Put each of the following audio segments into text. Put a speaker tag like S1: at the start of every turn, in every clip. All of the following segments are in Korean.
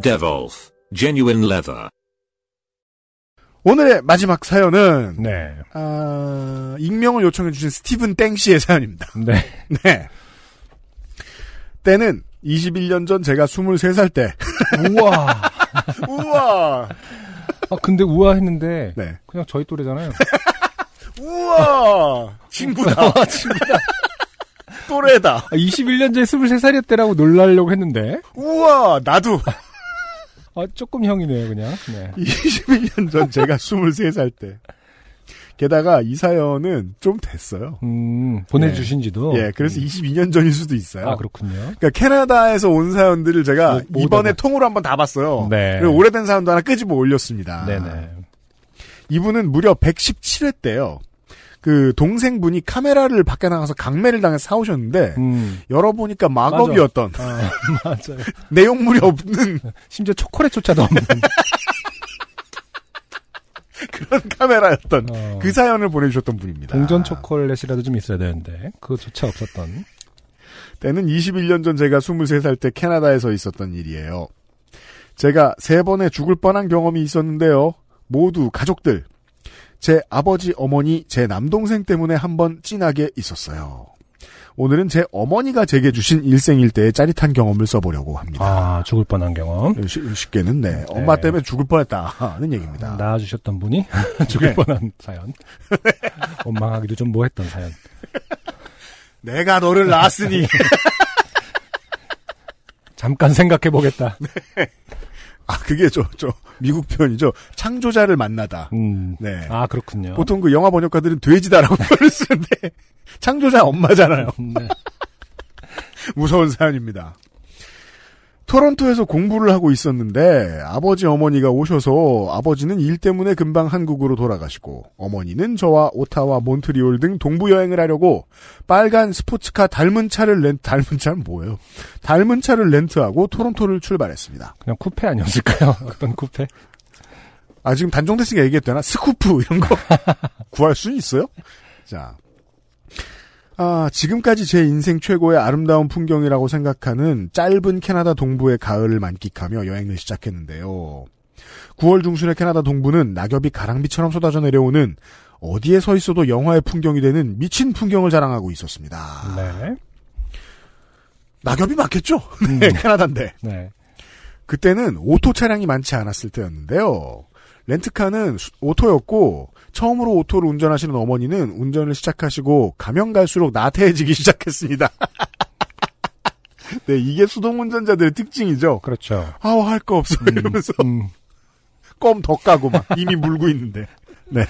S1: Devolf. Genuine leather.
S2: 오늘의 마지막 사연은
S3: 네.
S2: 아, 익명을 요청해주신 스티븐 땡 씨의 사연입니다.
S3: 네.
S2: 네. 때는 21년 전 제가 23살 때.
S3: 우와.
S2: 우와.
S3: 아, 근데 우아했는데.
S2: 네.
S3: 그냥 저희 또래잖아요.
S2: 우와. 아, 친구다. 친구다. 또래다.
S3: 아, 21년 전에 23살이었대라고 놀라려고 했는데.
S2: 우와. 나도.
S3: 아, 조금 형이네요, 그냥. 네.
S2: 21년 전 제가 23살 때. 게다가 이 사연은 좀 됐어요.
S3: 음, 보내주신 지도.
S2: 예, 그래서
S3: 음.
S2: 22년 전일 수도 있어요.
S3: 아, 그렇군요.
S2: 그러니까 캐나다에서 온 사연들을 제가
S3: 모- 모으다가-
S2: 이번에 통으로 한번 다 봤어요.
S3: 네.
S2: 그리고 오래된 사연도 하나 끄집어 올렸습니다.
S3: 네네.
S2: 이분은 무려 117회 때요. 그 동생분이 카메라를 밖에 나가서 강매를 당해서 사오셨는데
S3: 음.
S2: 열어보니까 마법이었던
S3: 아, 맞아요.
S2: 내용물이 없는
S3: 심지어 초콜릿조차도 없는.
S2: 그런 카메라였던
S3: 어,
S2: 그 사연을 아. 보내주셨던 분입니다.
S3: 동전 초콜릿이라도 좀 있어야 되는데. 그거조차 없었던.
S2: 때는 21년 전 제가 23살 때 캐나다에서 있었던 일이에요. 제가 세 번의 죽을 뻔한 경험이 있었는데요. 모두 가족들. 제 아버지, 어머니, 제 남동생 때문에 한번 진하게 있었어요. 오늘은 제 어머니가 제게 주신 일생일 대의 짜릿한 경험을 써보려고 합니다.
S3: 아, 죽을 뻔한 경험.
S2: 쉽- 쉽게는 네. 엄마
S3: 네.
S2: 때문에 죽을 뻔했다는 얘기입니다.
S3: 낳아주셨던 분이 죽을
S2: 네.
S3: 뻔한 사연. 원망하기도 좀 뭐했던 사연.
S2: 내가 너를 낳았으니.
S3: 잠깐 생각해보겠다.
S2: 네. 아, 그게 저, 저, 미국 표현이죠. 창조자를 만나다.
S3: 음.
S2: 네.
S3: 아, 그렇군요.
S2: 보통 그 영화 번역가들은 돼지다라고 표현을 쓰는데 창조자 엄마잖아요.
S3: 네.
S2: 무서운 사연입니다. 토론토에서 공부를 하고 있었는데 아버지 어머니가 오셔서 아버지는 일 때문에 금방 한국으로 돌아가시고 어머니는 저와 오타와 몬트리올 등 동부 여행을 하려고 빨간 스포츠카 닮은 차를 렌 닮은 차는 뭐예요? 닮은 차를 렌트하고 토론토를 출발했습니다.
S3: 그냥 쿠페 아니었을까요? 어떤 쿠페?
S2: 아, 지금 단종됐으니까 얘기했잖아. 스쿠프, 이런 거. 구할 수 있어요? 자. 아, 지금까지 제 인생 최고의 아름다운 풍경이라고 생각하는 짧은 캐나다 동부의 가을을 만끽하며 여행을 시작했는데요. 9월 중순의 캐나다 동부는 낙엽이 가랑비처럼 쏟아져 내려오는 어디에 서 있어도 영화의 풍경이 되는 미친 풍경을 자랑하고 있었습니다.
S3: 네.
S2: 낙엽이 맞겠죠?
S3: 음,
S2: 네, 캐나다인데.
S3: 네.
S2: 그때는 오토 차량이 많지 않았을 때였는데요. 렌트카는 수- 오토였고 처음으로 오토를 운전하시는 어머니는 운전을 시작하시고 가면 갈수록 나태해지기 시작했습니다. 네, 이게 수동 운전자들의 특징이죠.
S3: 그렇죠.
S2: 아우 할 거 없어 이러면서
S3: 음,
S2: 껌 더 까고 막 이미 물고 있는데. 네.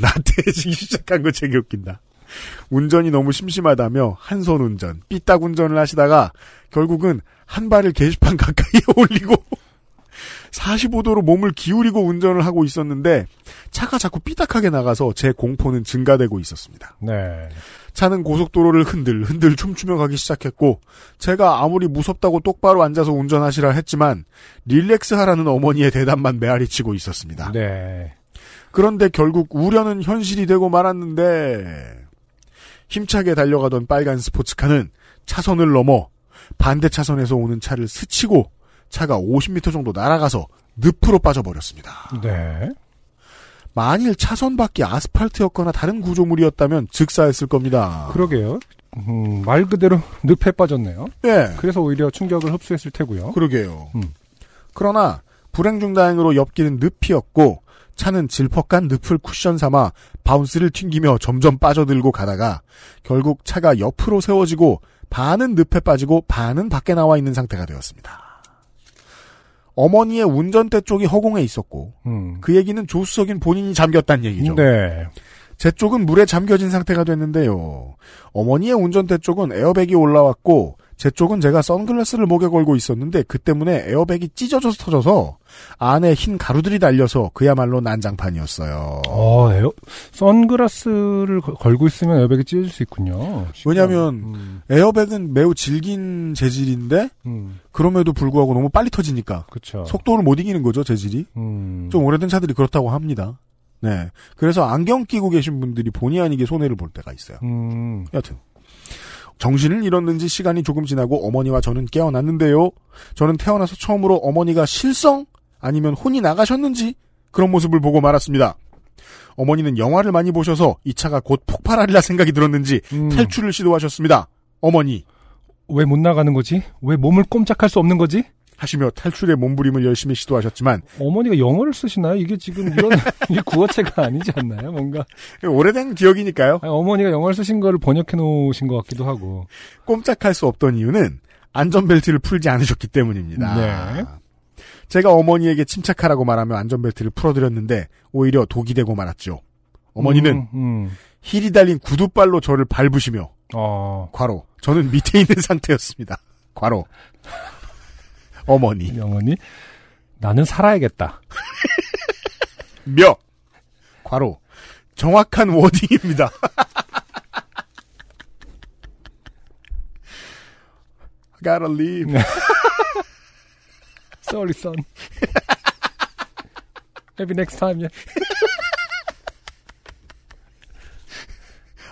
S2: 나태해지기 시작한 거 되게 웃긴다. 운전이 너무 심심하다며 한 손 운전, 삐딱 운전을 하시다가 결국은 한 발을 게시판 가까이에 올리고 45도로 몸을 기울이고 운전을 하고 있었는데 차가 자꾸 삐딱하게 나가서 제 공포는 증가되고 있었습니다.
S3: 네.
S2: 차는 고속도로를 흔들 흔들 춤추며 가기 시작했고 제가 아무리 무섭다고 똑바로 앉아서 운전하시라 했지만 릴렉스 하라는 어머니의 대답만 메아리치고 있었습니다.
S3: 네.
S2: 그런데 결국 우려는 현실이 되고 말았는데 힘차게 달려가던 빨간 스포츠카는 차선을 넘어 반대 차선에서 오는 차를 스치고 차가 50m 정도 날아가서 늪으로 빠져버렸습니다.
S3: 네.
S2: 만일 차선 밖이 아스팔트였거나 다른 구조물이었다면 즉사했을 겁니다.
S3: 그러게요. 음, 말 그대로 늪에 빠졌네요.
S2: 예.
S3: 그래서 오히려 충격을 흡수했을 테고요.
S2: 그러게요.
S3: 음.
S2: 그러나 불행 중 다행으로 옆길은 늪이었고 차는 질퍽간 늪을 쿠션 삼아 바운스를 튕기며 점점 빠져들고 가다가 결국 차가 옆으로 세워지고 반은 늪에 빠지고 반은 밖에 나와 있는 상태가 되었습니다. 어머니의 운전대 쪽이 허공에 있었고
S3: 음.
S2: 그 얘기는 조수석인 본인이 잠겼다는 얘기죠.
S3: 네.
S2: 제 쪽은 물에 잠겨진 상태가 됐는데요. 어머니의 운전대 쪽은 에어백이 올라왔고 제 쪽은 제가 선글라스를 목에 걸고 있었는데 그 때문에 에어백이 찢어져서 터져서 안에 흰 가루들이 달려서 그야말로 난장판이었어요.
S3: 어, 에어, 선글라스를 걸- 걸고 있으면 에어백이 찢어질 수 있군요.
S2: 왜냐면
S3: 음,
S2: 에어백은 매우 질긴 재질인데
S3: 음,
S2: 그럼에도 불구하고 너무 빨리 터지니까
S3: 그쵸.
S2: 속도를 못 이기는 거죠 재질이.
S3: 음,
S2: 좀 오래된 차들이 그렇다고 합니다. 네. 그래서 안경 끼고 계신 분들이 본의 아니게 손해를 볼 때가 있어요.
S3: 음,
S2: 여튼. 정신을 잃었는지 시간이 조금 지나고 어머니와 저는 깨어났는데요. 저는 태어나서 처음으로 어머니가 실성? 아니면 혼이 나가셨는지? 그런 모습을 보고 말았습니다. 어머니는 영화를 많이 보셔서 이 차가 곧 폭발하리라 생각이 들었는지
S3: 음.
S2: 탈출을 시도하셨습니다. 어머니.
S3: 왜 못 나가는 거지? 왜 몸을 꼼짝할 수 없는 거지?
S2: 하시며 탈출의 몸부림을 열심히 시도하셨지만
S3: 어머니가 영어를 쓰시나요? 이게 지금 이런 이게 구어체가 아니지 않나요? 뭔가
S2: 오래된 기억이니까요.
S3: 아니, 어머니가 영어를 쓰신 거를 번역해 놓으신 것 같기도 하고.
S2: 꼼짝할 수 없던 이유는 안전벨트를 풀지 않으셨기 때문입니다.
S3: 네.
S2: 제가 어머니에게 침착하라고 말하며 안전벨트를 풀어드렸는데 오히려 독이 되고 말았죠. 어머니는
S3: 음, 음.
S2: 힐이 달린 구두발로 저를 밟으시며
S3: 어
S2: 과로 저는 밑에 있는 상태였습니다. 과로 어머니
S3: 영원히 나는 살아야겠다.
S2: 며 과로 정확한 워딩입니다. gotta leave.
S3: Sorry, son. Maybe next time. Yeah.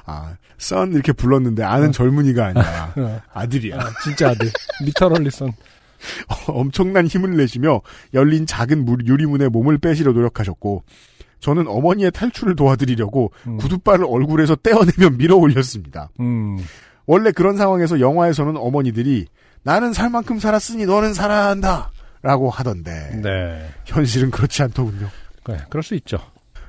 S2: 아, 썬 이렇게 불렀는데 아는 젊은이가 아니라 아들이야.
S3: 아, 진짜 아들. 리터럴리 선.
S2: 엄청난 힘을 내시며 열린 작은 물- 유리문에 몸을 빼시려 노력하셨고 저는 어머니의 탈출을 도와드리려고
S3: 음.
S2: 구두발을 얼굴에서 떼어내며 밀어 올렸습니다.
S3: 음.
S2: 원래 그런 상황에서 영화에서는 어머니들이 나는 살 만큼 살았으니 너는 살아야 한다. 라고 하던데
S3: 네.
S2: 현실은 그렇지 않더군요.
S3: 그래, 그럴 수 있죠.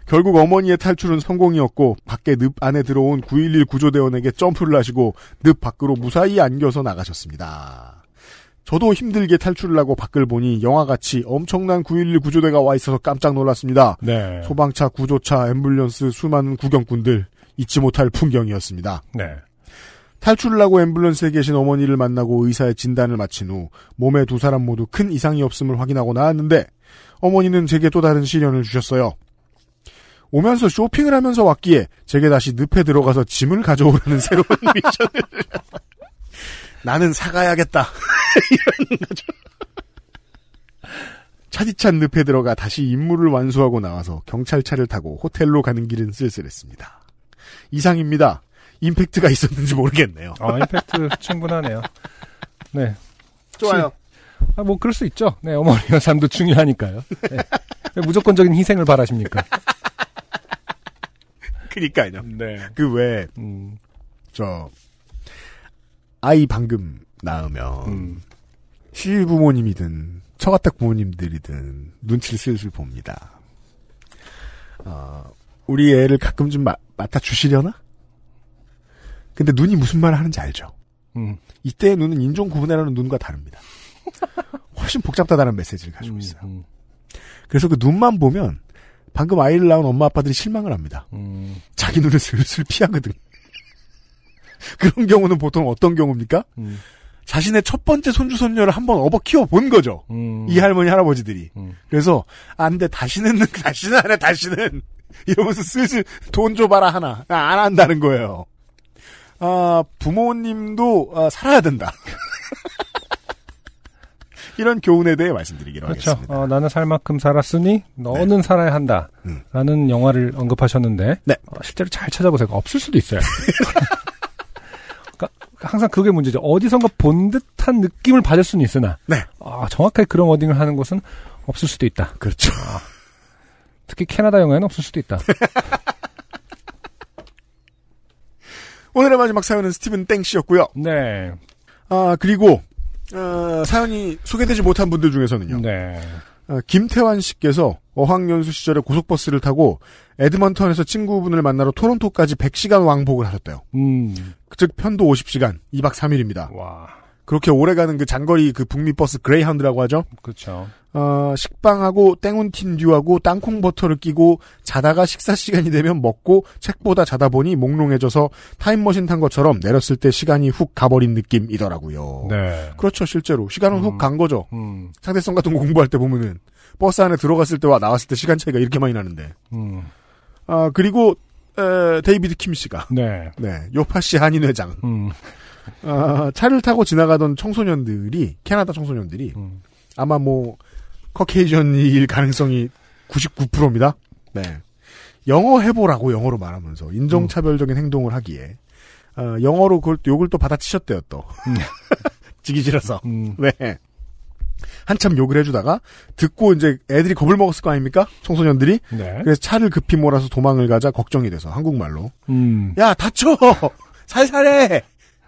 S2: 결국 어머니의 탈출은 성공이었고 밖에 늪 안에 들어온 911 구조대원에게 점프를 하시고 늪 밖으로 무사히 안겨서 나가셨습니다. 저도 힘들게 탈출을 하고 밖을 보니 영화같이 엄청난 911 구조대가 와 있어서 깜짝 놀랐습니다.
S3: 네.
S2: 소방차, 구조차, 앰뷸런스, 수많은 구경꾼들 잊지 못할 풍경이었습니다.
S3: 네.
S2: 탈출을 하고 앰뷸런스에 계신 어머니를 만나고 의사의 진단을 마친 후 몸에 두 사람 모두 큰 이상이 없음을 확인하고 나왔는데 어머니는 제게 또 다른 시련을 주셨어요. 오면서 쇼핑을 하면서 왔기에 제게 다시 늪에 들어가서 짐을 가져오라는 새로운 미션을 나는 사가야겠다 이런 거죠. 차디찬 늪에 들어가 다시 임무를 완수하고 나와서 경찰차를 타고 호텔로 가는 길은 쓸쓸했습니다. 이상입니다. 임팩트가 있었는지 모르겠네요.
S3: 아, 임팩트 충분하네요. 네.
S2: 좋아요.
S3: 아, 뭐, 그럴 수 있죠. 네, 어머니와 삶도 중요하니까요. 네. 왜 무조건적인 희생을 바라십니까?
S2: 아, 그니까요.
S3: 네.
S2: 그 외에
S3: 음,
S2: 저 아이 방금 낳으면
S3: 음.
S2: 시위 부모님이든 처가댁 부모님들이든 눈치를 슬슬 봅니다. 어, 우리 애를 가끔 좀 마- 맡아 주시려나? 근데 눈이 무슨 말을 하는지 알죠.
S3: 음.
S2: 이때의 눈은 인종 구분하라는 눈과 다릅니다. 훨씬 복잡하다는 메시지를 가지고
S3: 음,
S2: 있어요.
S3: 음,
S2: 그래서 그 눈만 보면 방금 아이를 낳은 엄마 아빠들이 실망을 합니다.
S3: 음,
S2: 자기 눈을 슬슬 피하거든. 그런 경우는 보통 어떤 경우입니까?
S3: 음,
S2: 자신의 첫 번째 손주 손녀를 한번 업어 키워 본 거죠.
S3: 음.
S2: 이 할머니 할아버지들이.
S3: 음.
S2: 그래서 안돼 다시는 다시는 안 해 다시는 이러면서 슬슬 돈 줘봐라 하나 아, 안 한다는 거예요. 아 부모님도 아, 살아야 된다. 이런 교훈에 대해 말씀드리기로
S3: 그렇죠.
S2: 하겠습니다. 네.
S3: 어, 나는 살 만큼 살았으니 너는 살아야 한다.
S2: 음.
S3: 라는 영화를 언급하셨는데
S2: 네.
S3: 어, 실제로 잘 찾아보세요. 없을 수도 있어요. 그러니까 항상 그게 문제죠. 어디선가 본 듯한 느낌을 받을 수는 있으나
S2: 네.
S3: 아, 정확하게 그런 워딩을 하는 곳은 없을 수도 있다. 아,
S2: 그렇죠.
S3: 특히 캐나다 영화에는 없을 수도 있다.
S2: 오늘의 마지막 사연은 스티븐 땡 씨였고요.
S3: 네.
S2: 아 그리고 어, 사연이 소개되지 못한 분들 중에서는요.
S3: 네.
S2: 아, 김태환 씨께서 어학연수 시절에 고속버스를 타고 에드먼턴에서 친구분을 만나러 토론토까지 100시간 왕복을 하셨대요.
S3: 음.
S2: 즉 편도 50시간, 2박 3일입니다.
S3: 와.
S2: 그렇게 오래 가는 그 장거리 그 북미 버스 그레이하운드라고 하죠.
S3: 그렇죠.
S2: 어, 식빵하고 땡온 틴듀하고 땅콩 버터를 끼고 자다가 식사 시간이 되면 먹고 책보다 자다 보니 몽롱해져서 타임머신 탄 것처럼 내렸을 때 시간이 훅 가버린 느낌이더라고요.
S3: 네.
S2: 그렇죠, 실제로. 시간은
S3: 음.
S2: 훅 간 거죠.
S3: 음,
S2: 상대성 같은 거 공부할 때 보면은 버스 안에 들어갔을 때와 나왔을 때 시간 차이가 이렇게 많이 나는데.
S3: 음,
S2: 아, 그리고, 에, 데이비드 킴 씨가.
S3: 네.
S2: 네, 요파시 한인회장.
S3: 음,
S2: 아, 차를 타고 지나가던 청소년들이, 캐나다 청소년들이,
S3: 음.
S2: 아마 뭐, 커케이션일 가능성이 99%입니다. 네. 영어 해보라고 영어로 말하면서 인종차별적인
S3: 음.
S2: 행동을 하기에, 어, 영어로 그걸 또- 욕을 또 받아치셨대요, 또.
S3: 음.
S2: 지기 싫어서.
S3: 음.
S2: 네. 한참 욕을 해주다가, 듣고 이제 애들이 겁을 먹었을 거 아닙니까? 청소년들이?
S3: 네.
S2: 그래서 차를 급히 몰아서 도망을 가자 걱정이 돼서, 한국말로.
S3: 음.
S2: 야, 다쳐! 살살해!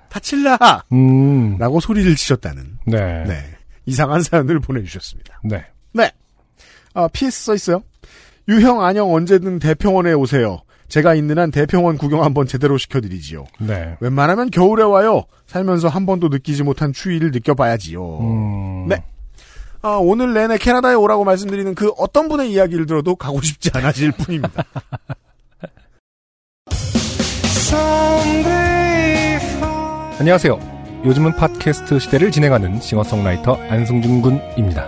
S2: 다칠라!
S3: 음.
S2: 라고 소리를 치셨다는,
S3: 네. 네.
S2: 네. 이상한 사연을 보내주셨습니다. 네. 아, PS 써 있어요. 유형 안녕 언제든 대평원에 오세요. 제가 있는 한 대평원 구경 한번 제대로 시켜드리지요.
S3: 네.
S2: 웬만하면 겨울에 와요. 살면서 한 번도 느끼지 못한 추위를 느껴봐야지요.
S3: 음.
S2: 네. 아, 오늘 내내 캐나다에 오라고 말씀드리는 그 어떤 분의 이야기를 들어도 가고 싶지 않아질 뿐입니다.
S3: 안녕하세요. 요즘은 팟캐스트 시대를 진행하는 싱어송라이터 안승준 군입니다.